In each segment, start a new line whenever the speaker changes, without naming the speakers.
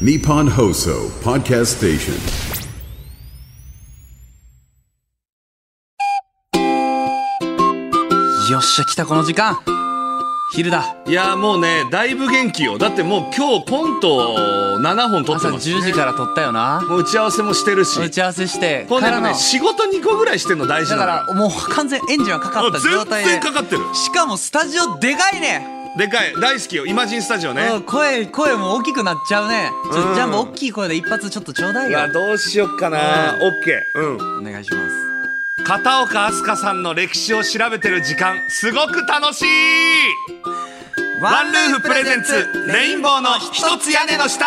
Nippon Hoso Podcast Station.
よっしゃ来たこの時間昼だ
いやもうねだいぶ元気よだってもう今日コント7本撮って
朝
ます
10時から撮ったよな
もう打ち合わせもしてるし
打ち合わせして
ほんで
からの
ね仕事2個ぐらいしてんの大事
だ
なの
からもう完全エンジンはかかった
あ全
状態で
然かかってる
しかもスタジオでかいね
でかい大好きよイマジンスタジオね
うん声声も大きくなっちゃうねちょ
うん
ジャンボ大きい声で一発ちょっとちょうだ
い
いよ
やどうしよっかなオッケーうん
お願いします
片岡飛鳥さんの歴史を調べてる時間すごく楽しいワンルーフプレゼンツレインボーの一つ屋根の下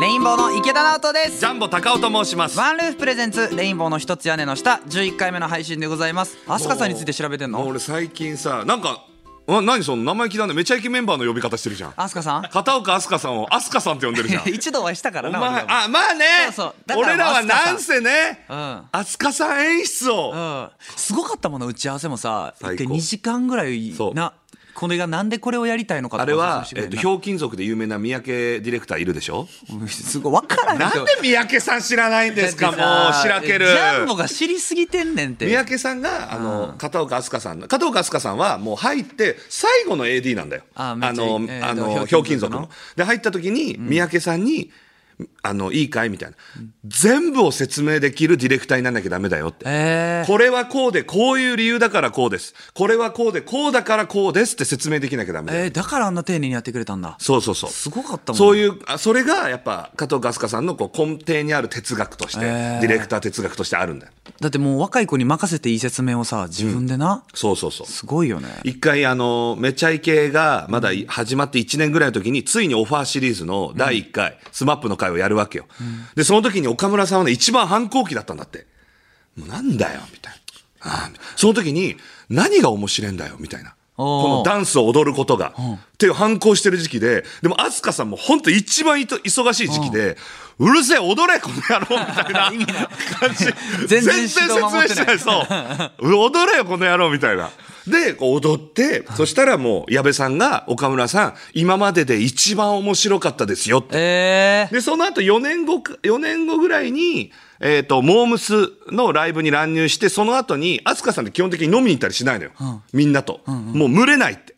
レインボーの池田直人です
ジャンボ高尾と申します
ワンルーフプレゼンツレインボーの一つ屋根の下11回目の配信でございますアスカさんについて調べてん
もう
の
俺最近さなんかあ何その生意気だねめちゃイケメンバーの呼び方してるじゃん
アスカさん
片岡飛鳥さんを飛鳥さんって呼んでるじゃん
一度お会 いしたから
お
な
前
俺らも
あまあね
そうそうだから
俺らは
飛鳥さん
なんせね
うん
飛鳥さん演出を
うんすごかったもの打ち合わせもさ
最高
2時間ぐらい
そう
なこれがなんでこれをやりたいのかとか
あれは
話、して
えっ
く
と、
れん
ひょうきん族で有名な三宅ディレクターいるでし ょ
なすごい分からん
なんで三宅さん知ら ないんですかもうしらける
ジャンボが知りすぎてんねんって
三宅さんがあの片岡飛鳥さんの片岡飛鳥さんはもう入って最後の AD なんだよ
あめっちゃいい
の,、
えー
あ
と
の
ひ
ひ
ょ
ょ
う
う
き
き
ん
ん
族
族
の
の、で入った時に三宅さんに「あのいいかい?」みたいな、全部を説明できるディレクターにならなきゃダメだよって、
えー
これはこうでこういう理由だからこうですこれはこうでこうだからこうですって説明できなきゃダメだよ、
えーだからあんな丁寧にやってくれたんだ
そうそうそう
すごかったもん
そういうあそれがやっぱ加藤飛鳥さんのこう根底にある哲学として、
えー
ディレクター哲学としてあるんだよ
だってもう若い子に任せていい説明をさ自分でな、
そうそうそう
すごいよね
一回あのめちゃイケがまだい始まって1年ぐらいの時についにオファーシリーズの第1回、スマップの回をやるわけよ、でその時に岡村さんはね一番反抗期だったんだってもうなんだよみたいなああみたいなその時に何が面白いんだよみたいな
おー
このダンスを踊ることが、っていう反抗してる時期ででも飛鳥さんも本当一番いと忙しい時期で、うるせえ踊れこの野郎みたい な感じ
全然
説
指導守
明
って
して
な
ないいそう踊れよこの野郎みたいなでこう踊ってそしたらもう矢部さんが岡村さん今までで一番面白かったですよって
えー、
でその後4年後か4年後ぐらいにえー、とモームスのライブに乱入してその後に飛鳥さんって基本的に飲みに行ったりしないのよ、みんなと、もう群れないって、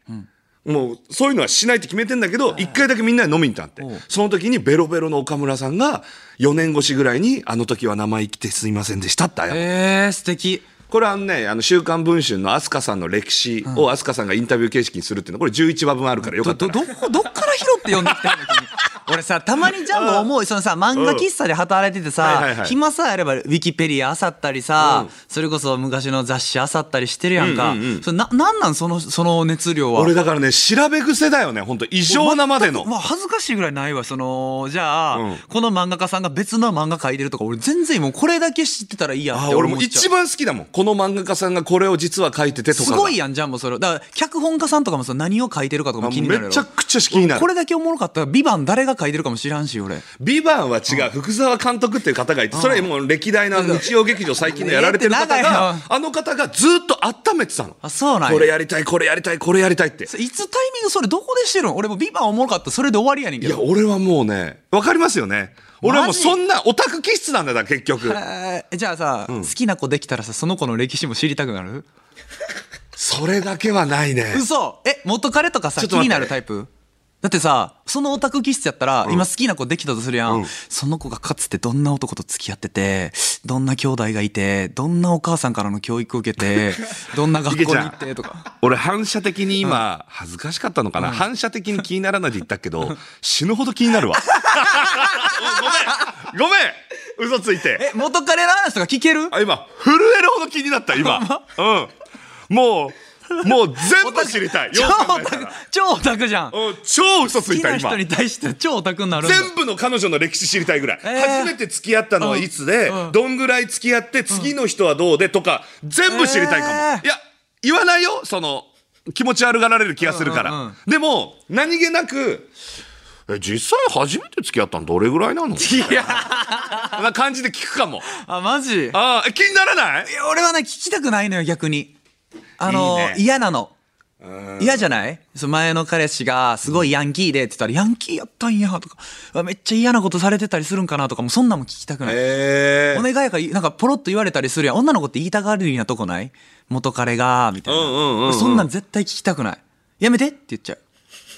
もうそういうのはしないって決めてんだけど一回だけみんなで飲みに行ったんだってその時にベロベロの岡村さんが4年越しぐらいに「あの時は生意気てすいませんでした」って謝って
えー、素敵
これはあのね、あの週刊文春の飛鳥さんの歴史を飛鳥さんがインタビュー形式にするっていうの、これ11話分あるからよか
ど
っ
ど
たら。
どこどっから拾って読んできたの 君俺さたまにジャンボ思うそのさ漫画喫茶で働いててさ、
うんはいはいはい
暇さえあればウィキペディアあさったりさ、それこそ昔の雑誌あさったりしてるやんか、それななんなんそのその熱量は
俺だからね、調べ癖だよね、本当異常なまでの
全く。まあ、恥ずかしいぐらいないわそのじゃあ、
うん
この漫画家さんが別の漫画描いてるとか俺全然もうこれだけ知ってたらいいやんっ
あ
て
俺
思
も
っちゃ
一
う
番好きだもん。この漫画家さんがこれを実は書いててとか
す
が。
ごいやんジャンボそれだから脚本家さんとかもさ何を書いてるかとかも気になるやろ
めちゃくちゃ気になる
これだけおもろかったら「ビバン誰が書いてるかも知らんし俺。
ビバンは違う、福沢監督っていう方がいて、それはもう歴代の日曜劇場最近のやられてる
え
方
ーって長い
が
な、
あの方がずっと温めてたの。
あそうなんや
これやりたい、これやりたい、これやりたいって。
それいつタイミングそれどこでしてるん俺もビバンおもろかったそれで終わりやねんけ
いや、
ど。
俺はもうね、わかりますよね。俺はもうそんなオタク気質なんだよだから、結局。
えーじゃあさ、好きな子できたらさその子の歴史も知りたくなる
それだけはないね。
嘘え元彼とかさ
ちょっ
気
と
に
待って
なるタイプだってさそのオタク気質やったら、今好きな子できたとするやん、その子がかつてどんな男と付き合っててどんな兄弟がいてどんなお母さんからの教育を受け てどんな学校に行ってとか
俺反射的に今、恥ずかしかったのかな、反射的に気にならないで言ったけど、死ぬほど気にな るわ。ごめんごめん嘘ついて。
え元彼の話とか聞ける
あ、今、震えるほど気になった、今。うん。もう、もう全部知りたい。
超
よく考
オ
え
タ
た
ク
ら
超オタクじゃん好
うん超嘘つい
き
た、
な
今
人。に対して超オタクになるんだ
全部の彼女の歴史知りたいぐらい、
えー
初めて付き合ったのはいつで、
うんうん
どんぐらい付き合って次の人はどうでとか全部知りたいかも、
えー
いや言わないよその気持ち悪がられる気がするから、
うんうんうん
でも何気なくえ実際初めて付き合ったのどれぐらいなの
いや
な感じで聞くかも。
あマジ
ああ、気にならない
いや俺はね聞きたくないのよ逆にあの
いいね
嫌なの嫌じゃないその前の彼氏がすごいヤンキーでって言ったら、ヤンキーやったんやとかあめっちゃ嫌なことされてたりするんかなとかもうそんなんも聞きたくない、
え
お願いやからなんかポロッと言われたりするやん女の子って言いたがるようなとこない元彼がみたいな、
うんうんうんうん
そんなん絶対聞きたくないやめてって言っちゃう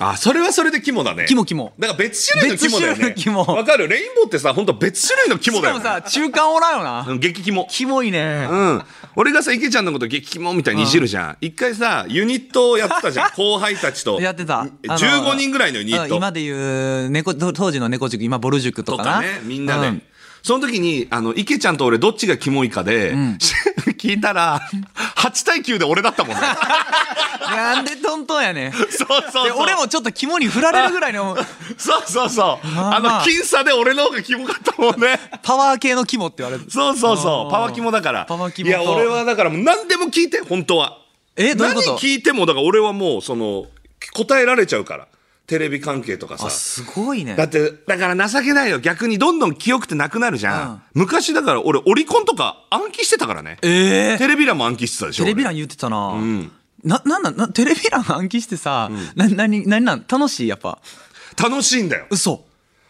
あ、それはそれで肝だね。
肝肝
なんか別種類の肝だよね。
別種類の肝
わかるレインボーってさ、本当別種類の肝
し
だ
か
よ
も
ね。
さ中間おらんよな、
うん激肝。
キモいね、
うん。俺がさ、池ちゃんのこと激肝みたいにいじるじゃん。一回さ、ユニットをやってたじゃ ん。後輩たちと。
やってた。あの
15人ぐらいのユニッ
う
ト。
ん今でいう、猫、当時の猫塾、今ボル塾と
と
か
か
な。
ね、みんなで。
うん
その時に、あの、池ちゃんと俺どっちがキモいかで、 聞いたら、8対9で俺だっ たもんね。
なんでトントンやねん。
そうそうそう
で。俺もちょっと肝に振られるぐらいの
そうそうそう。
まあ
あの、僅差で俺の方がキモかったもんね。
パワー系の肝って言われる。
そうそう
あ
そ
ー
う。パワキモだから。
パワキモ
い
と
や、俺はだからもう何でも聞いて、本当は。
えどういうこと
何聞いても、だから俺はもう、その、答えられちゃうから。テレビ関係とかさ
あ、。すごいね
だ。って、だから情けないよ。逆にどんどん記憶ってなくなるじゃん。昔だから俺、オリコンとか暗記してたからね。
ええ
テレビ欄も暗記してたでしょ。
テレビ欄言ってたな。な、なんなん、なテレビ欄暗記してさ、な、なに、なになん、楽しいやっぱ。
俺楽しいんだよ。
嘘。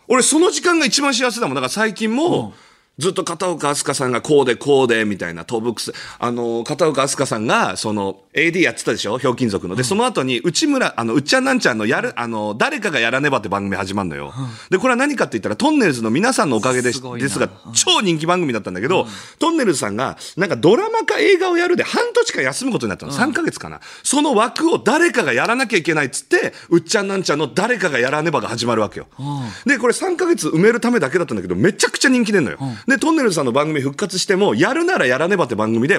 俺その時間が一番幸せだもんだから最近もずっと片岡飛鳥さんがこうでこうでみたいな東北すあの片岡飛鳥さんがその AD やってたでしょひょうきん族ので、その後に内村あのうっちゃんなんちゃんのやるあの誰かがやらねばって番組始まるのよ、でこれは何かって言ったらトンネルズの皆さんのおかげですす
ごいな
ですが超人気番組だったんだけど、トンネルズさんがなんかドラマか映画をやるで半年間休むことになったの、3ヶ月かなその枠を誰かがやらなきゃいけないっつってうっちゃんなんちゃんの誰かがやらねばが始まるわけよ、でこれ3ヶ月埋めるためだけだったんだけどめちゃくちゃ人気出んのよ、でトンネルズさんの番組復活してもやるならやらねばって番組で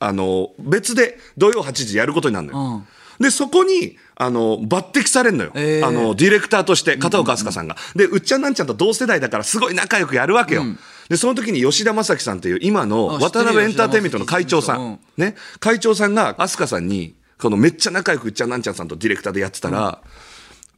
あの別で土曜8時やることになるのよ、でそこにあの抜擢されるのよ、
えー
あのディレクターとして片岡飛鳥さんが、でうっちゃんなんちゃんと同世代だからすごい仲良くやるわけよ、でその時に吉田正樹さんっていう今の
あ知ってる
渡辺エンターテインメントの会長さん、
うん
ね、会長さんが飛鳥さんにこのめっちゃ仲良くうっちゃんなんちゃんさんとディレクターでやってたら「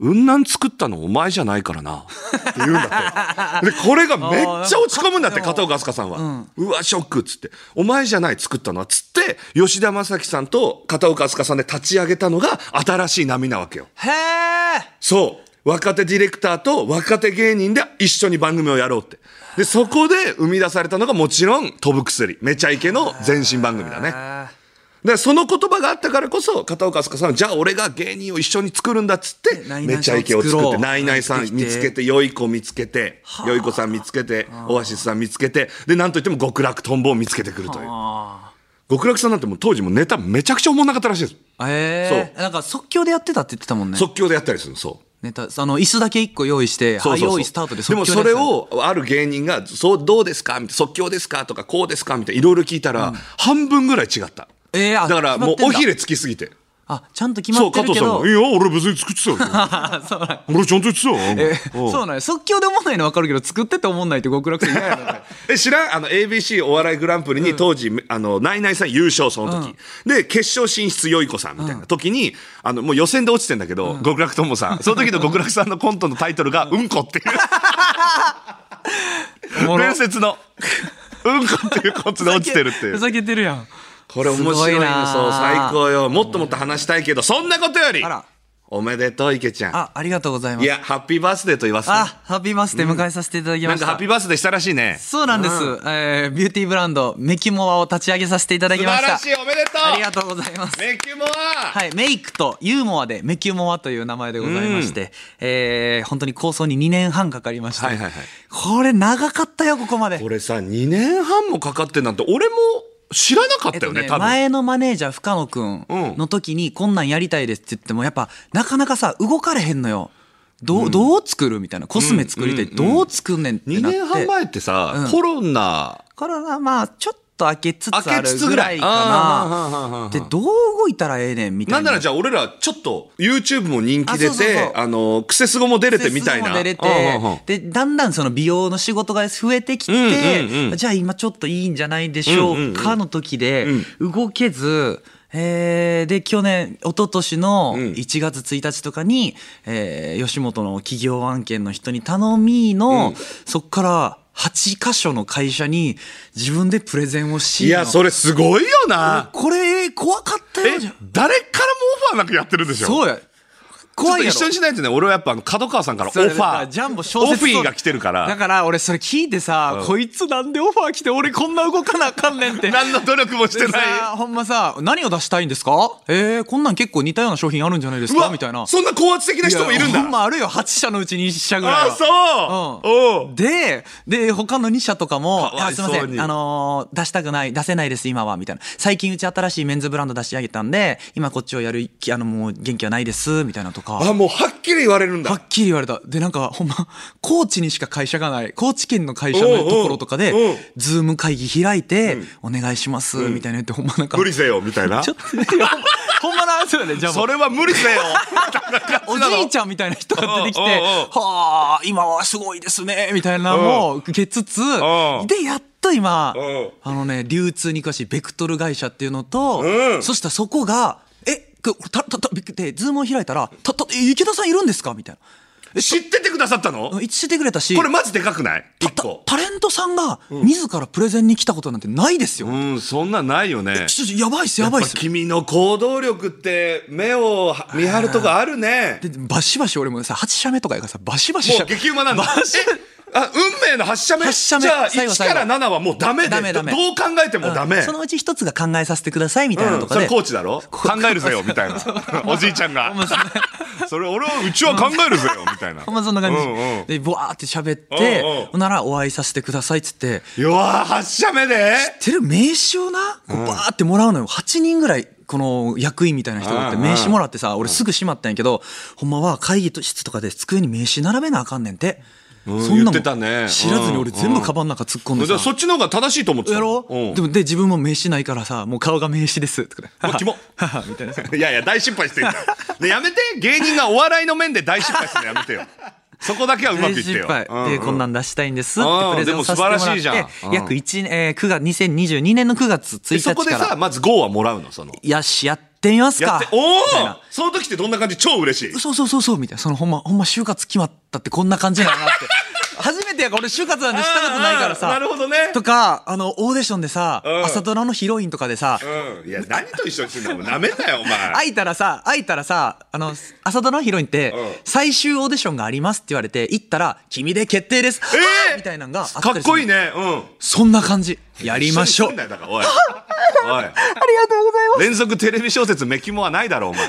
うんなん作ったのお前じゃないからな」って言うんだってでこれがめっちゃ落ち込むんだって
あーなんか
片岡飛鳥さんは、うわショックっつって「お前じゃない作ったのは」っつって吉田正樹さんと片岡飛鳥さんで立ち上げたのが新しい波なわけよ
へえ。
そう。若手ディレクターと若手芸人で一緒に番組をやろうって。で、そこで生み出されたのがもちろん飛ぶ薬。めちゃイケの前身番組だね。で、その言葉があったからこそ、片岡飛鳥さんは、じゃあ俺が芸人を一緒に作るんだっつって
ナ、イナイ
めちゃイケを作
さんを作ろ
って、
う
ナイナイさん見つけて、よい子見つけて、よい子さん見つけて、オアシスさん見つけて、で、なんといっても極楽トンボを見つけてくるという。極楽さんなんてもう当時もネタめちゃくちゃおもんなかったらしいです。
ええ。なんか即興でやってたって言ってたもんね。
即興でやったりするの、そう。
ネタ、あの、椅子だけ一個用意して、
そうそう
はい
そ
用
う
意スタートで
で
即興
も
でや
そ
って
れ
た
をある芸人が「そうどうですか?」みたいな「即興ですか?」とか「こうですか?」みたいないろいろ聞いたら、半分ぐらい違った
ええあ
だからもう
決まってん
お
だ
ひれつきすぎて
あ、ちゃんと決ま
そ
っ
う
て
加
るけ
藤さん
ど
が「い。や俺別に作ってたよ
そうなん
俺ちゃんと言ってたよ」
え
うん
そうなんや即興で思わないの分かるけど作ってて思わないって極楽さん嫌やな
え知らんあの ABC お笑いグランプリに当時、あのナイナイさん優勝その時、で決勝進出よい子さんみたいな時に、あのもう予選で落ちてんだけど、極楽ともさんその時の極楽さんのコントのタイトルが「うんこ」っていう
おもろ
伝 説の「うんこ」っていうコントで落ちてるっていう
ふざけてるやん
これ面
すご
白い
い
ね
な
そう最高よもっともっと話したいけどそんなことより
あら
おめでとう池ちゃん
あありがとうございま
い
す
やハッピーバースデーと言わせて
あハッピーバースデー迎えさせていただき
な
ま
ん
し
か
た、
ハッピーバースデーしたらしいね素
そうなんです、えービューティーブランドメキモアを立ち上げさせていただき
晴
ました
らしいおめでと
あり
う
がとうございます
メキュモア
はい、メイクとユーモアでメキュモアという名前でございまして、えー本当に構想に2年半かかりました、
はいはいはい
これ長かったよここまで
これさ2年半もかかってんなんて俺も知らなかっ
えった
よ
と
ね,、
ね、
多分
前のマネージャー深野くんの時にこんなんやりたいですって言ってもやっぱなかなかさ動かれへんのよどうどう作るみたいなコスメ作りたい、どう作んねんって
2
なって
年半前ってさ、コロナ
からまあちょっと開けつつあ
開けつ
る
つ
ぐ
ぐ
ら
ら
い
い
かなでどう動いたらええねんみた
ないん
な
ならじゃあ俺らちょっと YouTube も人気出て
あそうそうそう
あのクセスゴも出れてみたいな
も出れて
うんうんうん
でだんだんその美容の仕事が増えてきて、
うんうんうん
じゃあ今ちょっといいんじゃないでしょうかの時で動けず、えーで去年一昨年の1月1日とかに、えー吉本の企業案件の人に頼みの、そっから8箇所の会社に自分でプレゼンをし
いやそ
れ
れすごいよな
これ怖かった
え
よじゃん
誰からもオファーなくやってるでしょ
そうや怖いやろ
ちょっと一緒にしないとね俺はやっぱあの角川さんからオフ
それ
ァ
だから
ー
ジャンボ小説
オフィーが来てるか
だ
ら
から俺それ聞いてさ、こいつなんでオファー来て俺こんな動かなあかんねんって。
何の努力もして
で
ない
さほんまさ何を出したいんですかえー、こんなん結構似たような商品あるんじゃないです
う
か
わ
みたいな
そんな高圧的な人もいるんだ
ほんまあるよ8社のうちに1社ぐらいは
ああそう、おう
でで他の2社とかも「
かわ
あ
い
すい
そう
ま
に
せん、あのー出したくない出せないです今は」みたいな「最近うち新しいメンズブランド出し上げたんで今こっちをやるきあのもう元気はないです」みたいなとか
あもうはっきり言われるん
は
だ
っきり言われた。で、なんか、ほんま、高知にしか会社がない、高知県の会社のところとか
おうおうおう
で、ズーム会議開いて、お願いします、みたいな言って、ほんまなんか、
無理せよみたいな
ちょっと、いやほんまな、そうよね、じゃあもう
それは無理せよ
おじいちゃんみたいな人が出てきて、
うんうんうん
はあ、今はすごいですね、みたいなのを受けつつ、
ん
で、やっと今
うん、
あのね、流通に詳しいベクトル会社っていうのと、
うん
そしたらそこが、え、これた、た、た、びっくりで、ズームを開いたら、た、た、え池田さんいるんですかみたいな。
知っててくださったの
一致してくれたし、
これマジでかくない一
た
個
タレントさんが自らプレゼンに来たことなんてないですよ、
うんそんなんないよね
ちょちょやばいっすやばいっす
君の行動力って目を見張るとこあるね
でバシバシ俺もさ8社目とかやからさバシバシしちゃ
もう激うまなんだ
バシ
えあ運命の発射目
発射目
じゃあ
最後
1から7はもうダメで
ダメダメ
どう考えてもダメ、
そのうち一つが考えさせてくださいみたいな
う
と
ん、
か
そ
で、
れコーチだろ考えるぜよみたいなおじいちゃんがそれ俺はうちは考えるぜよみたいな
まあそんな感じ、
うんうん
でボワーって喋って、
うんうん
ほんならお会いさせてくださいっつって
うわー発射目で
てる名刺をなこうバーってもらうのよ8人ぐらいこの役員みたいな人がおって
うん
名刺もらってさ俺すぐしまったんやけどほんまは会議室とかで机に名刺並べなあかんねんて
ん
そんな
言ってたね
も知らずに俺全部カバンの中突っ込んで
じゃ
さ
あそっちの方が正しいと思ってた
やろ
うん
でもで自分も名刺ないからさもう顔が名刺です とか
うわキモ
みたいな
いやいや大失敗してんじゃんでやめて芸人がお笑いの面で大失敗するのやめてよそこだけはうまくいってよ
失敗
うん
でこんなん出したいんですっ
あ
て
ー
プレゼンをさせてもら
でも素晴らしいじゃん
っ
うん
て約1えー9月2022年の9月1
で
日
そこで
から
さまず GO はもらうのその
よしやってみます
やっ
か
ておお
みたいな
その時ってどんな感じ超嬉しい
そうそうそうそうみたいなそのほんまほんま就活決まったってこんな感じなんやなって 初めてやから俺就活なんてしたことないからさ
あーなるほどね
とかあのオーディションでさ、
ん
朝ドラのヒロインとかでさ、
うんいや何と一緒にするのもなめんなよお前
開いたらさ開いたらさあの朝ドラのヒロインって、
うん
最終オーディションがありますって言われて行ったら「君で決定です」
えー
みたいなのがあったりす
か
る
っこいいねうん
そんな感じやりましょう
一緒にすん
あ
なよだからおい
りがとう
おい
ございま
連続テレビ小説めきもはないだろお前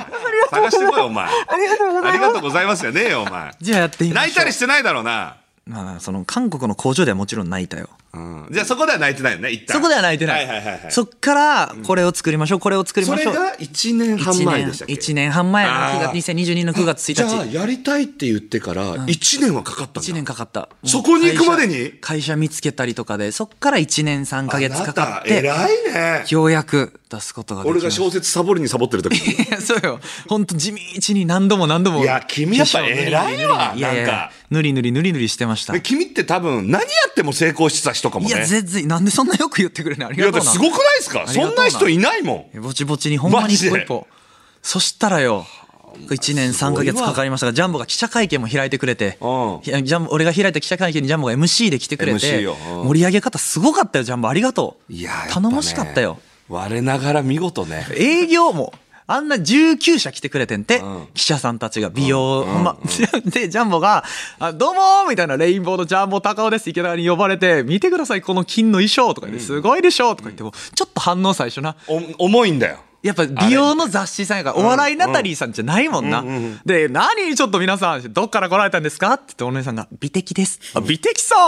探してこいお前ありがとうございますありがとうございますじゃねえよお前
すじゃあやってみましょう
泣いたりしてないだろうな
まあその韓国の工場ではもちろん泣いたよ
うんじゃあそこでは泣いてないよね一旦
そこでは泣いてない,、
はいはいはいはい
そっからこれを作りましょうこれを作り
そ
ま
れ
しょう
が1年半前でしたっけ
1年半前の
あー
9月2022年の9月
じゃ
1
あ
日
やりたいって言ってから1年はかかったんだ
1年かかった
そこに行くまでに
会社会社見つけたりとかでそっから1年3か月かかっ
あ
て
なた偉いね
ようやく出すことができ
俺
ま
が
した
小説サボりにサボってる時に
いや そうよ本当地道に何度も何度も
いや君やっぱ偉いわ
いやいや
なんか
ぬりぬりぬりぬりしてました
で
い
君って多分何やっても成功してた人かもね
や全然なんでそんなよく言ってくれないあり
いや
が
だ
と
っ
う
て
な
すごくないですか
ありが
そ
と
ん
う
な人いないもん
ぼちぼちにほんまに一歩一歩そしたらよ1年3か月かかりましたがジャンボが記者会見も開いてくれて
うん
いやジャンボ俺が開いた記者会見にジャンボが MC で来てくれ
MC
て
ようん
盛り上げ方すごかったよジャンボありがとう
いややっぱね
頼もしかったよ
我ながら見事ね
営業もあんな19社来てくれてんて、記者さんたちが美容、ほんま、 で、ジャンボが、あどうもーみたいな、レインボーのジャンボ高尾です、池田に呼ばれて、見てください、この金の衣装とか言って、すごいでしょとか言っても、ちょっと反応最初な。
お重いんだよ
やっぱ美容の雑誌さんやから、お笑いナタリーさんじゃないもんな。で、何ちょっと皆さん、どっから来られたんですかって言ってお姉さんが、美的です。あ、美的さん、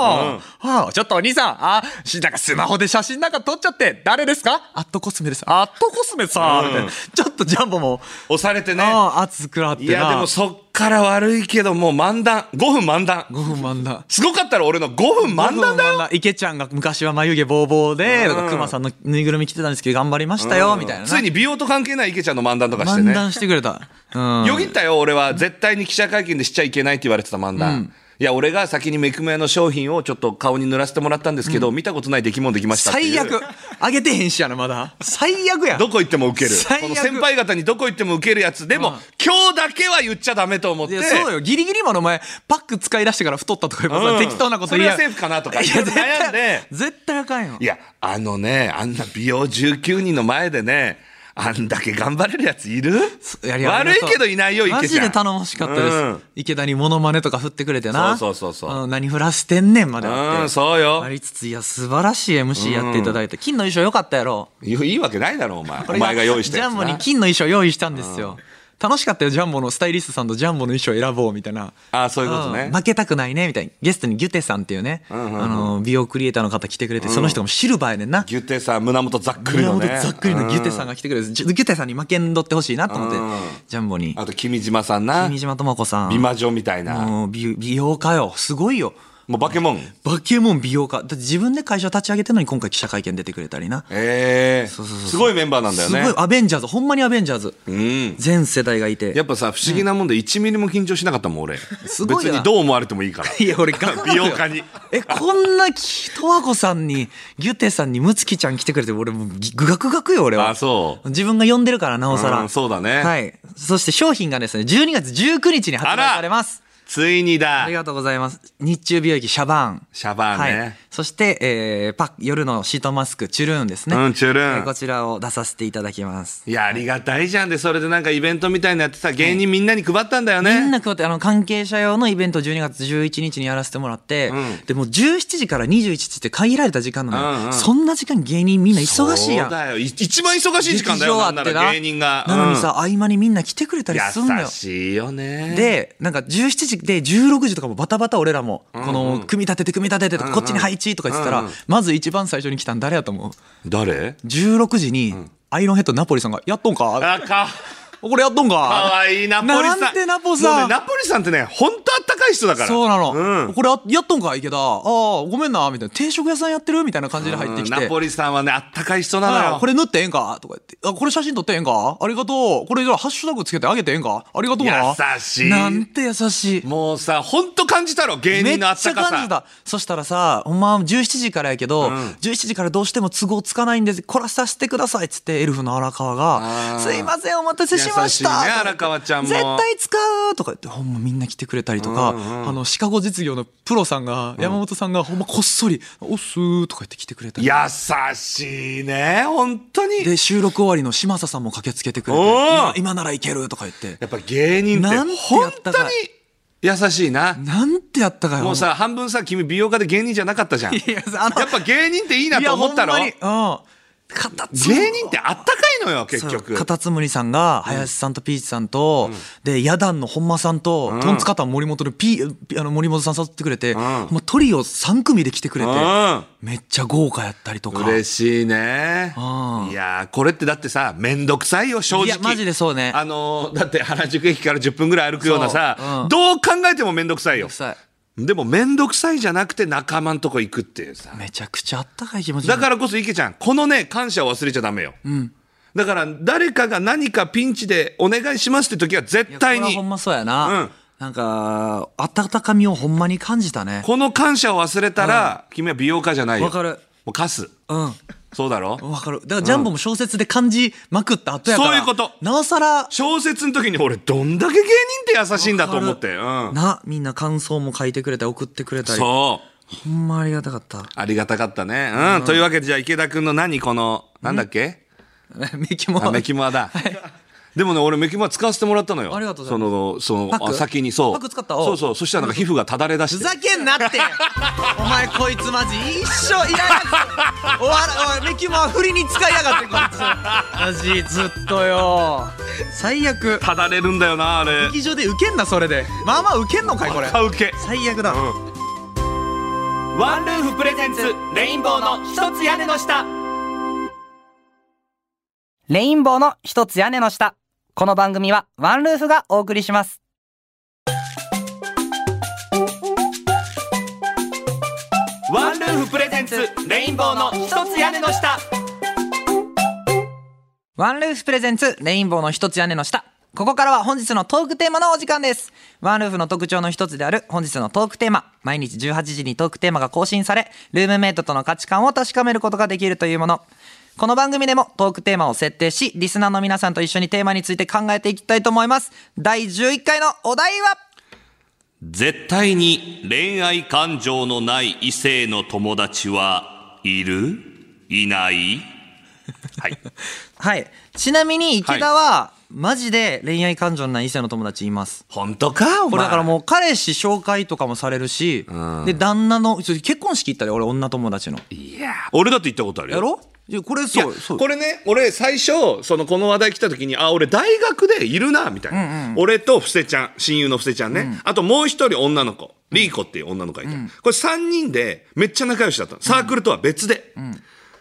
はあ、ちょっとお兄さん、あ、しなんかスマホで写真なんか撮っちゃって、誰ですかアットコスメです。アットコスメさん、みたいな。ちょっとジャンボも、
押されてね
ああ熱くなって
い
な。
やでもそっから悪いけどもう漫談5分漫談
5分漫談
すごかったら俺の5分漫談だよ
よ池ちゃんが昔は眉毛ボーボーで、と
う
か
ん
熊さんのぬいぐるみ着てたんですけど頑張りましたよ、みたいなな。
ついに美容と関係ない池ちゃんの漫談とかして
漫
ね
談してくれた。うん。
よぎったよ俺は絶対に記者会見でしちゃいけないって言われてた漫談、いや俺が先にめくむやの商品をちょっと顔に塗らせてもらったんですけど、見たことない出来物できましたっていう
最悪。あげてへんしやな、まだ。最悪や。
どこ行っても受ける
最悪
この先輩方にどこ行っても受けるやつでも、今日だけは言っちゃダメと思っ
い
て
や、そうよ。ギリギリまでお前、パック使い出してから太ったとか言えばさ、
うん
適当なこと言いや
それはセーフかなとか
いや、絶対
悩んで
絶対あかんよ
い。やあのねあんな美容19人の前でねあんだけ頑張れるやついる
やりや
悪いけどいないよ池ちゃん
マジで頼もしかったです、
うん
池田にモノマネとか振ってくれてな
そうそうそうそうん
何振らしてんねんまであって
うんそうよ
ありつついや素晴らしい MC やっていただいて、金の衣装良かったやろ
いいいわけないだろお前お前が用意したやつ
ジャ
な
ンボに金の衣装用意したんですよ、楽しかったよジャンボのスタイリストさんとジャンボの衣装選ぼうみたいな
あーそういうことね
ん負けたくないねみたいなゲストにギュテさんっていうね、あの美容クリエイターの方来てくれて、その人もシルバーやねんな
ギュテさん胸元ざっくり
胸
の
元
ね
ざっくりのギュテさんが来てくれて、じゅギュテさんに負けんどってほしいなと思って、
うん
ジャンボに
あと君島さんな
君島智子さん
美魔女みたいな
もう美美容家よすごいよ
もうバケモン
バケモン美容家だって自分で会社立ち上げてんのに今回記者会見出てくれたりな、
ええすごいメンバーなんだよ
す
ね
ごいアベンジャーズほんまにアベンジャーズ、
うん
全世代がいて
やっぱさ不思議なもんで1ミリも緊張しなかったもん俺
すごいな
別にどう思われてもい いから
いや俺ガクガクよ
美容家に
えこんなき十和子さんにギュテさんにムツキちゃん来てくれて俺もうぎぐがくがくよ俺は
あそう
自分が呼んでるからなおさら、
うんそうだね
はいそして商品がですね12月19日に発売されます
ついに
あ
だ
りがとうございます日中美容液シャバーン
シャバーンね
はい、そして、えー、パッ夜のシートマスクチュルーンですね、
うんチュルーン
えこちらを出させていただきます
いやありがたいじゃんでそれでなんかイベントみたいになってさ芸人みんなに配ったんだよね、
みんなこうやってあの関係者用のイベントを12月11日にやらせてもらって、でもう17時から21時って限られた時間なのよ、
うんうん
そんな時間芸人みんな忙しいや
そうんだよい一番忙しい時間だよ
劇場
な
あ
ん
っ
な
て
ら芸人が
なのにさ、合間にみんな来てくれた
うん
りすんの
優
よ
しいよね
でなんか17時で16時とかもバタバタ俺らもこの組み立てて組み立ててとかこっちに配置とか言ってたらまず一番最初に来たん誰やと思う
誰
16時にアイロンヘッドナポリさんが「やっとんか?
あか」
「これやっとんか?」
かわいいナポリさん
なんてナポさん
もうねナポリさんってねほんとあったかい人だから
そうなの、
ん
これあやっとんか池田ああごめんなみたいな定食屋さんやってるみたいな感じで入ってきて、
ナポリさんはねあったかい人なの
あ
よ
これ塗ってええんかとか言ってあこれ写真撮ってええんかありがとうこれじゃあハッシュタグつけてあげてええんかありがとうな
優しい
なんて優しい
もうさほんと感じたろ芸
めっ
人
ち
のあ
ゃ
ったか
感じ
さ
たそしたらさほんま17時からやけど、17時からどうしても都合つかないんです来らさせてくださいっつってエルフの荒川
あー
が「すいませんお待たせしました」
優しいね
とか
荒川ちゃんも
絶対使う」とか言ってほんまみんな来てくれたりとか、あのシカゴ実業のプロさんが、山本さんがほんまこっそり「おっすー」とか言って来てくれたり
優しいね本当に
で収録終わりの嶋佐さんも駆けつけてくれて
おー
今「今ならいける」とか言って
やっぱ芸人って
なんてあ
本
った
当
かい
に優しいな
なんてやったかよ
もうさ半分さ君美容家で芸人じゃなかったじゃんや
いやあの
っぱ芸人っていいなと思ったろ
い
芸
やほんまにうん片付け
人ってあったかいのよ結
そう
局
カタツムリさんが林さんとピーチさんと、でヤダンの本間さんと、トンツカタン森本のピピあの森本さん誘ってくれて、もうトリオ3組で来てくれて、
う
めっちゃ豪華やったりとか。
嬉しいね
うん
いやーこれってだってさ面倒くさいよ正直
いやマジでそうね
あのーだって原宿駅から10分ぐらい歩くような
そう
さ
うん
どう考えても面倒くさいよ
さ
でも面倒くさいじゃなくて仲間んとこ行くっていうさ
めちゃくちゃあったかい気持ち
だかららこそ池ちゃんこのね感謝を忘れちゃダメよ、だから誰かが何かピンチでお願いしますって時は絶対に
ほんまそうやな、
うん
なんか温かみをほんまに感じたね
この感謝を忘れたら、君は美容家じゃないよ
わかる
もうカス
うん
そうだろ
わかるだからジャンボも小説で感じまくった後やから、
そういうこと
なおさ ら
小説の時に俺どんだけ芸人って優しいんだと思って、うん、
なみんな感想も書いてくれたり送ってくれたりほ
そう。
んまありがたかった
ありがたかったね。うん。というわけで、じゃあ池田君の何この、なんだっけ
メキモ
あメキモアだ。でもね、俺メキモア使わせてもらったのよ。
ありがとうございます
その、
パッ
その、
ク
あ先に、そう。
パック使ったお
そうそう。そしたらなんか皮膚がただれ出し
ふ
て。
ざけんなってお前こいつマジ一生いらないおわおいメキモア振りに使いやがってこいつマジずっとよ最悪
ただれるんだよな、あれ。
劇場でウケんなそれでまあまあウケんのかいこれ
あウケ。
最悪だ、
ワンルーフプレゼンツ、レインボーの一つ屋根の下。
レインボーの一つ屋根の下。この番組はワンルーフがお送りします。
夫婦プレゼンツレインボーの一つ屋根の下
ワンルーフプレゼンツレインボーの一つ屋根の下。ここからは本日のトークテーマのお時間です。ワンルーフの特徴の一つである本日のトークテーマ。毎日18時にトークテーマが更新され、ルームメイトとの価値観を確かめることができるというもの。この番組でもトークテーマを設定し、リスナーの皆さんと一緒にテーマについて考えていきたいと思います。第11回のお題は
絶対に恋愛感情のない異性の友達はいるい ないはい。
はい。ちなみに池田は、マジで恋愛感情のない異性の友達います。
本当かお
これだから
う。
もう彼氏紹介とかもされるし、で旦那のそう結婚式行ったで俺女友達の
俺だって言ったことあるよ
やろいやこれ
いや
そうそう
これね俺最初そのこの話題来た時にあ俺大学でいるなみたいな、俺と布施ちゃん親友の布施ちゃんね、あともう一人女の子リーコっていう女の子がいた、これ3人でめっちゃ仲良しだったのサークルとは別で、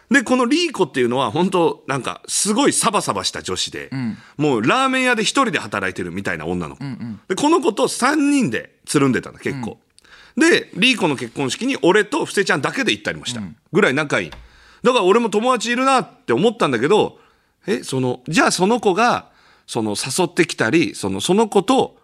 でこのリーコっていうのは本当なんかすごいサバサバした女子で、もうラーメン屋で一人で働いてるみたいな女の子、でこの子と3人でつるんでたの結構、でリーコの結婚式に俺と布施ちゃんだけで行ったりもした、ぐらい仲いいだから俺も友達いるなって思ったんだけどえそのじゃあその子がその誘ってきたりそのその子と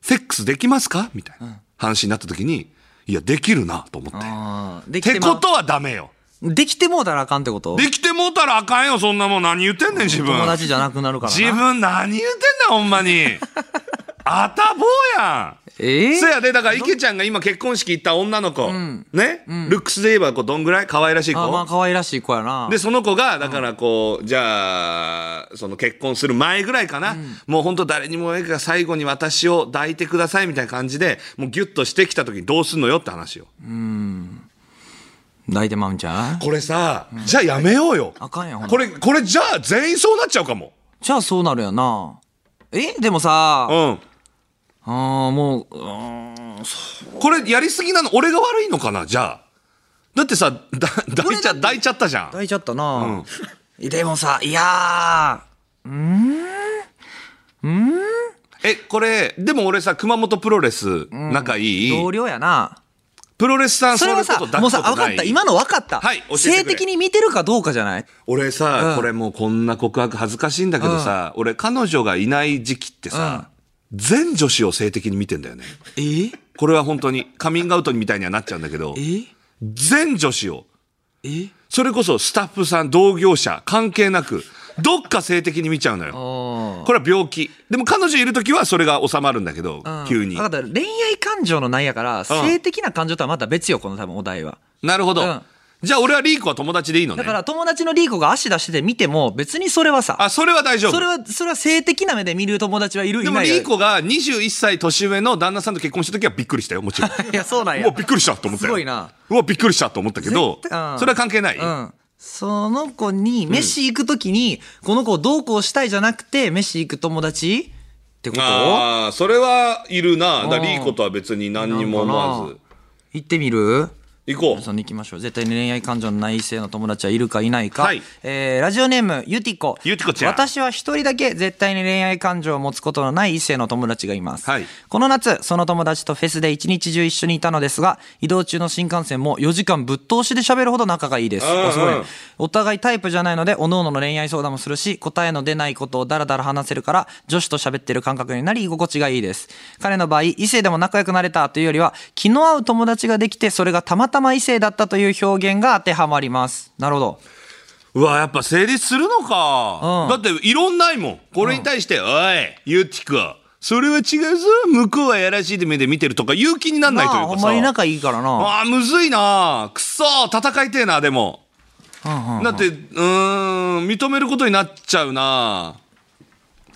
セックスできますかみたいな話になった時にいやできるなと思って
あーでき
て
てま
ことはダメよ
できてもうたらあかんってこと
できてもうたらあかんよそんなもん何言ってんねん自分
友達じゃなくなるからな
自分何言ってんだほんま にあたぼうやん
えー
そやでだから池ちゃんが今結婚式行った女の子、ね、ルックスで言えばこうどんぐらい可愛らしい子
あまあ可愛らしい子やな
でその子がだからこうじゃあその結婚する前ぐらいかな、もう本当誰にもええから最後に私を抱いてくださいみたいな感じでもうギュッとしてきた時にどうすんのよって話よ
抱いてまうんちゃう
これさ、じゃあやめようよ
あかんやんほんま
これこれじゃあ全員そうなっちゃうかも
じゃあそうなるやなえでもさあ
うん
ーもうう
これやりすぎなの俺が悪いのかなじゃあだってさだ抱いちゃ抱いちゃったじゃん
抱いちゃったな、でもさいや
えこれでも俺さ熊本プロレス仲い
ー
い、
同僚やな
プロレスさん
それはさ
そういうこと
もう
抱
さ
くこと
分か
な
っ
い
た今の分かった、
はい教えてくれ
性的に見てるかどうかじゃない
俺さ、
うん
これもうこんな告白恥ずかしいんだけどさ、俺彼女がいない時期ってさ、全女子を性的に見てんだよね
えー、
これは本当にカミングアウトみたいにはなっちゃうんだけど
えー、
全女子を
えー
それこそスタッフさん同業者関係なくどっか性的に見ちゃうのよこれは病気でも彼女いる時はそれが収まるんだけど、急に
だから恋愛感情のないやから、性的な感情とはまた別よ、この多分お題は。
なるほど、
うん
じゃあ俺はリーコは友達でいいのね
だから友達のリーコが足出してて見ても、別にそれはさ、
あそれは大丈夫
それは、それは性的な目で見る友達はいる、い
でも
ない
リ
や
ー。コが21歳年上の旦那さんと結婚した時はびっくりしたよもちろん
いや、そうなん
う
や。
わびっくりしたと思ったよ
すごいな
うわびっくりしたと思ったけど、
絶対うん
それは関係ない、
うん。その子に、飯行くときに、この子をどうこうしたいじゃなくて、飯行く友達ってこと
ああそれはいるなだ
うん
リーコとは別に何にも思わ
なん
ず
か行ってみる
行こ
そうに行きましょう絶対に恋愛感情のない異性の友達はいるかいないか、
はい
えーラジオネームゆてこ
ゆてこちゃん
私は一人だけ絶対に恋愛感情を持つことのない異性の友達がいます、
はい
この夏その友達とフェスで一日中一緒にいたのですが移動中の新幹線も4時間ぶっ通しで喋るほど仲がいいです
うん
あすごいお互いタイプじゃないので各々の恋愛相談もするし答えの出ないことをダラダラ話せるから女子と喋ってる感覚になり居心地がいいです彼の場合異性でも仲良くなれたというよりは気の合う友達ができてそれがたまたま異性だったという表現が当てはまりますなるほど
うわやっぱ成立するの
う
か、
ん
だって異論ないもんこれに対して「おいゆきこそれは違うぞ向こうはやらしい目で見てる」とか勇気になんないという
まあほ
か
ん
さ、
まに仲いいからな
あーむずいなくそ戦いてえなでも、だってうーん認めることになっちゃうな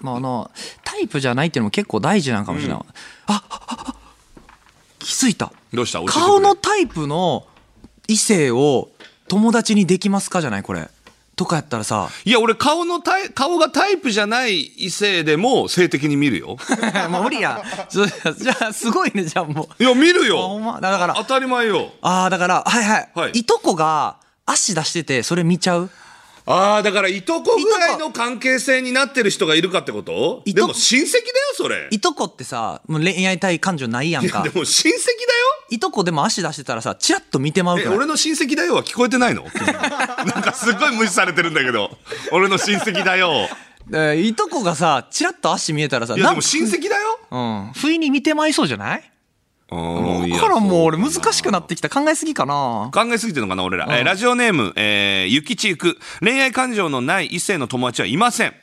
まああのタイプじゃないっていうのも結構大事なんかもしれない、あああ気づいた
どうした教えてくれ
顔のタイプの異性を友達にできますかじゃないこれとかやったらさ
いや俺顔のタイ顔がタイプじゃない異性でも性的に 見るよ
もう無理やちょじゃあすごいねじゃあもう
いや見る
あほ
よ
んまだから
当たり前よ
ああだからはいはい、
はい
い、とこが足出しててそれ見ちゃう
ああだからいとこぐらい
いと
の関係性になってる人がいるかってこと
い
で
とこ
も親戚だよそれ
いとこってさもう恋愛対感情ないやん
いや
か
でも親戚だよ
いとこでも足出してたらさ、チラッと見てまう
え
から。
俺の親戚だよは聞こえて ないのなんかすっごい無視されてるんだけど俺の親戚だよ
えーいとこがさ、チラッと足見えたらさ、
いや
なん
でも親戚だよ
うん。不意に見てまいそうじゃない
うんい
だ
や
からもう俺難しくなってきた。考えすぎかな。
考えすぎてるのかな俺ら、えーラジオネーム、えー、ゆきちゆく恋愛感情のない異性の友達はいません、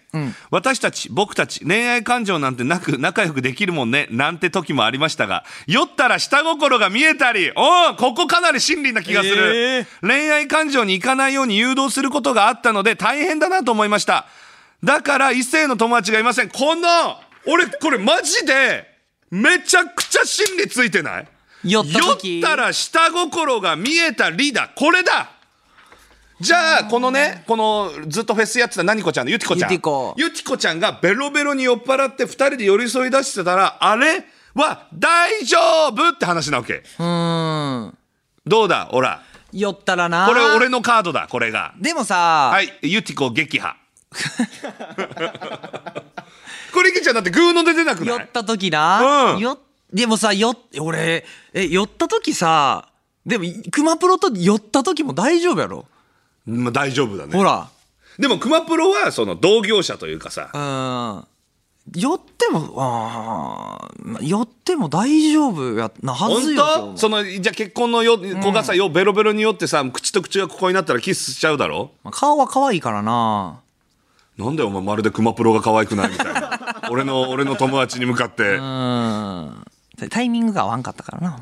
私たち僕たち恋愛感情なんてなく 仲良くできるもんねなんて時もありましたが酔ったら下心が見えたりおんここかなり真理な気がする、
えー
恋愛感情に行かないように誘導することがあったので大変だなと思いましただから異性の友達がいませんこの俺これマジでめちゃくちゃ心理ついてない
酔った時
酔ったら下心が見えたりだこれだじゃあこのねこのずっとフェスやってた何子ちゃんのゆきこちゃん
ゆきこ
ゆきこちゃんがベロベロに酔っ払って2人で寄り添い出してたらあれは大丈夫って話なわけ
うん。
どうだほら
酔ったらな。
これ俺のカードだこれが
でもさ、
はい、ユティコ撃破。 これいけちゃんだってグーの出てなく
酔
な
っ
い
た時な、
うん
よでもさ酔っ俺え酔った時さでも熊プロと酔った時も大丈夫やろ、
まあ大丈夫だ
ほ
ね。
ら
でも熊プロはその同業者というかさ、
うん酔ってもあーま酔っても大丈夫やなはず
本
よ
当そのじゃあ結婚のよ子がさ、よベロベロに酔ってさ口と口がここになったらキスしちゃうだろ
まあ顔は可愛いからな
なんだよお前まるで熊プロが可愛くないみたいな 俺の俺の友達に向かって、
うん
タイミングが合わんかったからな。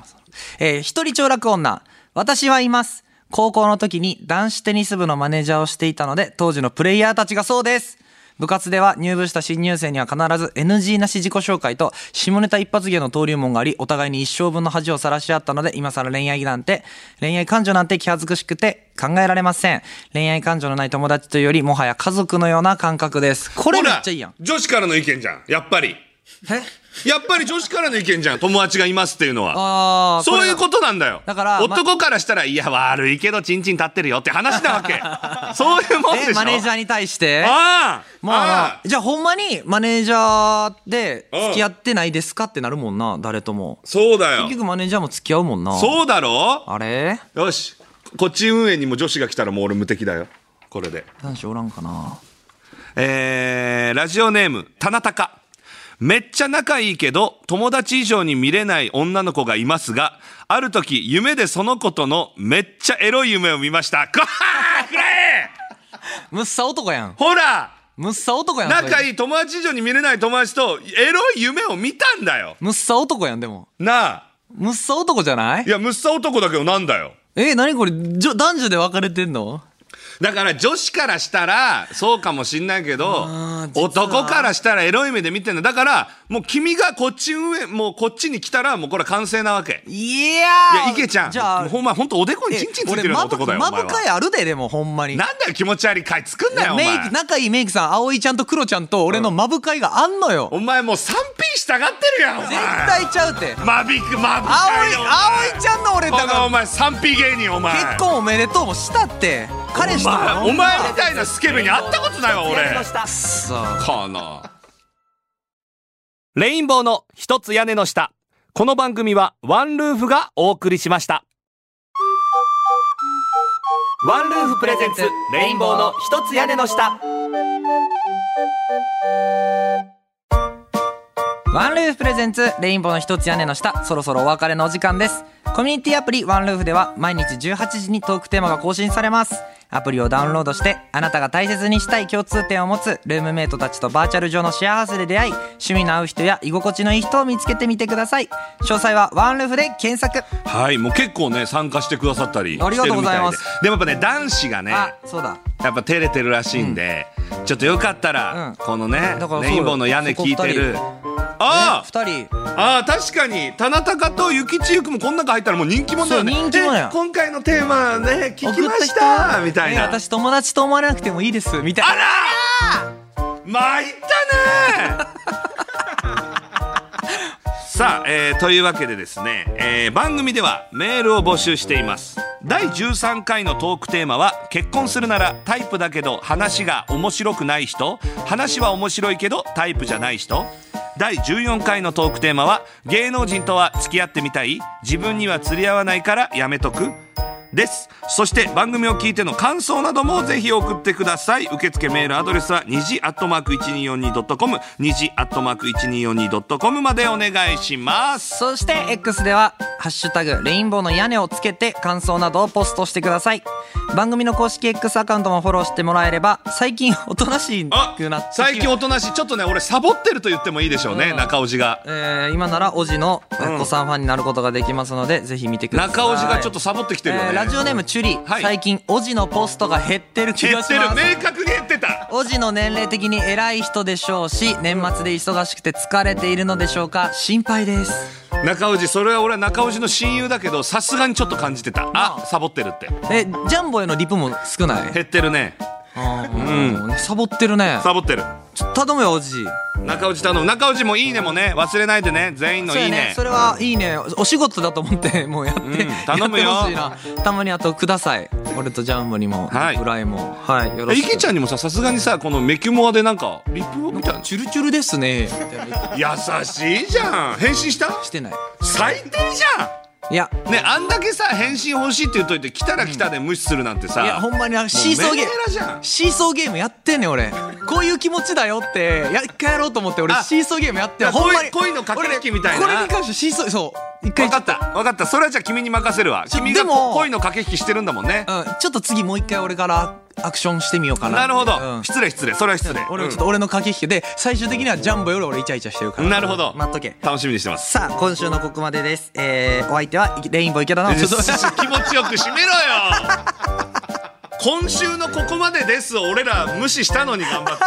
えー一人長楽女。私はいます。高校の時に男子テニス部のマネージャーをしていたので、当時のプレイヤーたちがそうです。部活では入部した新入生には必ず NG なし自己紹介と下ネタ一発芸の登竜門があり、お互いに一生分の恥をさらし合ったので、今更恋愛なんて、恋愛感情なんて気恥ずかしくて考えられません。恋愛感情のない友達というより、もはや家族のような感覚です。これ
ほ
めっ
ら
ちゃいいやん。
女子からの意見じゃんやっぱり
え
やっぱり女子からの意見じゃん友達がいますっていうのは
あー
そういうことなんだよ。
だからま
男からしたら、いや、悪いけど、チンチン立ってるよって話なわ け。そういうもんでしょ。
えマネージャーに対して
ああ
まあ
あ、あ
じゃあほんまにマネージャーで付き合ってないですかってなるもんな、誰とも。
そうだよ
結。局マネージャーも付き合うもんな。
そうだろ
あれ
よし。こっち運営にも女子が来たらもう俺無敵だよ。これで。
男子おらんかな。
えー、ラジオネーム、田中か。めっちゃ仲いいけど、友達以上に見れない女の子がいますが、ある時、夢でその子とのめっちゃエロい夢を見ました。 こはーくらえ
むっさ男やん。
ほら
むっさ男やん。
仲
い。
いい友達以上に見れない友達とエロい夢を見たんだよ
むっさ男やん、でも。
なあ
むっさ男じゃない
いやむっさ男だけどなんだよ
え、なにこれ、じょ男女で分かれてんの
だから女子からしたらそうかもしんないけど
あー実は
男からしたらエロい目で見てんだだからもう君がこっち運営もうこっちに来たらもうこれは完成なわけい
いやー
やいけちゃん
じゃあ、
ほんまほんとおでこに
え
チンチンついてるような男だよお
俺ま
前
ぶまぶか
はい
あるで、でもほんまに。
なんだよ気持ち悪い回作んなよお
メイ
前
ク、仲いいメイクさん、葵ちゃんとクロちゃんと俺のまぶかいがあんのよ。
お前もう 3P したがってるやんお前
絶対ちゃうって。
マビクマ
葵
ブかいよお前
葵ちゃんの俺だ
このお
か
前 3P 芸人お前
ら結婚おめでとうもしたって彼氏とか
お前お前みたいなスケベに会ったことないわ俺
そう
かな
レインボーの一つ屋根の下。この番組はワンルーフがお送りしました。ワンルーフプレゼンツレインボーの一つ屋根の下。
ワンルーフプレゼンツレインボーの一つ屋根の下そろそろお別れのお時間ですコミュニティアプリワンルーフでは毎日18時にトークテーマが更新されますアプリをダウンロードしてあなたが大切にしたい共通点を持つルームメイトたちとバーチャル上のシェアハウスで出会い趣味の合う人や居心地のいい人を見つけてみてください詳細はワンルーフで検索
はいもう結構ね参加してくださったり
ありがとうございます
してるみたででもやっぱね男子がね
あそうだ
やっぱ照れてるらしいんで、ちょっとよかったら、
うん
このね
だからそうよ
レインボーの屋根聞いてるああ
二人
ああ確かに田中とゆきちゆくもこの中入ったらもう人気者だよね
そう人気者や
で今回のテーマね聞きまし
送った
た
人
みたい
ね
な、
私友達と思わなくてもいいですみたいな
参っ たねさあ、えーというわけでですね、えー番組ではメールを募集しています第13回のトークテーマは「結婚するならタイプだけど話が面白くない人話は面白いけどタイプじゃない人
第14回のトークテーマは芸能人とは付き合ってみたい自分には釣り合わないからやめとくですそして番組を聞いての感想などもぜひ送ってください受付メールアドレスは2時アットマーク 1242.com 2時アットマーク 1242.com までお願いします
そして X では「ハッシュタグレインボーの屋根」をつけて感想などをポストしてください番組の公式 X アカウントもフォローしてもらえれば最近おとなし
あ
くなってき
最近おとなしいちょっとね俺サボってると言ってもいいでしょうね、中尾路が
えー今ならおじのお子さんファンになることができますので、ぜひ見てください
中尾路がちょっとサボってきてるよね、
えーラジオネームチュリ、
はい
最近おじのポストが減ってる気
減
が
っ
して
る
ます
明確に減ってた
おじの年齢的に偉い人でしょうし年末で忙しくて疲れているのでしょうか心配です
中尾路それは俺は中尾路の親友だけどさすがにちょっと感じてたあサボってるって
えジャンボへのリプも少ない
減ってるね
うん、サボってるね
サボってる
ちょっと頼むよおじ
中尾路頼む中尾路もいいねもね忘れないでね全員の
そう
い
や
いね
ねそれはいいねお仕事だと思ってもうやって、
頼むよ
やってほしいなたまにあとください俺とジャンボにも
はい
フライもはいよろ
え
し
い
く
きちゃんにもささすがにさこのメキュモアでなんかリプを見たいな
チュルチュルですねみたいな
優しいじゃん返信した
してない
最低じゃ
いや
んねあんだけさ返信欲しいって言っといて来たら来たで無視するなんてさ、
いやほんまにあのシーソーゲー
メンヘラじゃん
ムシーソーゲームやってんねん俺こういう気持ちだよってや一回やろうと思って俺
あ
シーソーゲームやってん
いや
ほんまに
恋恋の駆け引きみたいな
俺ねこれに関してシーソーそう一回
分かった分かったそれはじゃあ君に任せるわ
ちょ
君
で
が
も
恋の駆け引きしてるんだもんね
うんちょっと次もう一回俺からアクションしてみようかな
なるほど、
うん
失礼失礼それは失礼
俺はちょっと俺の駆け引きで最終的にはジャンボより俺イチャイチャしてるか
うん
ら
なるほど
待っとけ
楽しみにしてます
さあ今週のここまでですえー、お相手はレインボー池田の
えちょっと気持ちよく締めろよ今週のここまでですを俺ら無視したのに頑張 って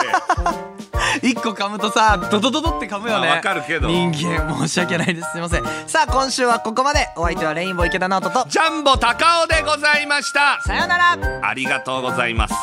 一個噛むとさドドドドって噛むよね
まあわかるけど
人間申し訳ないですすいませんさあ今週はここまでお相手はレインボー池田直人と
ジャンボ高尾でございました
さようなら
ありがとうございます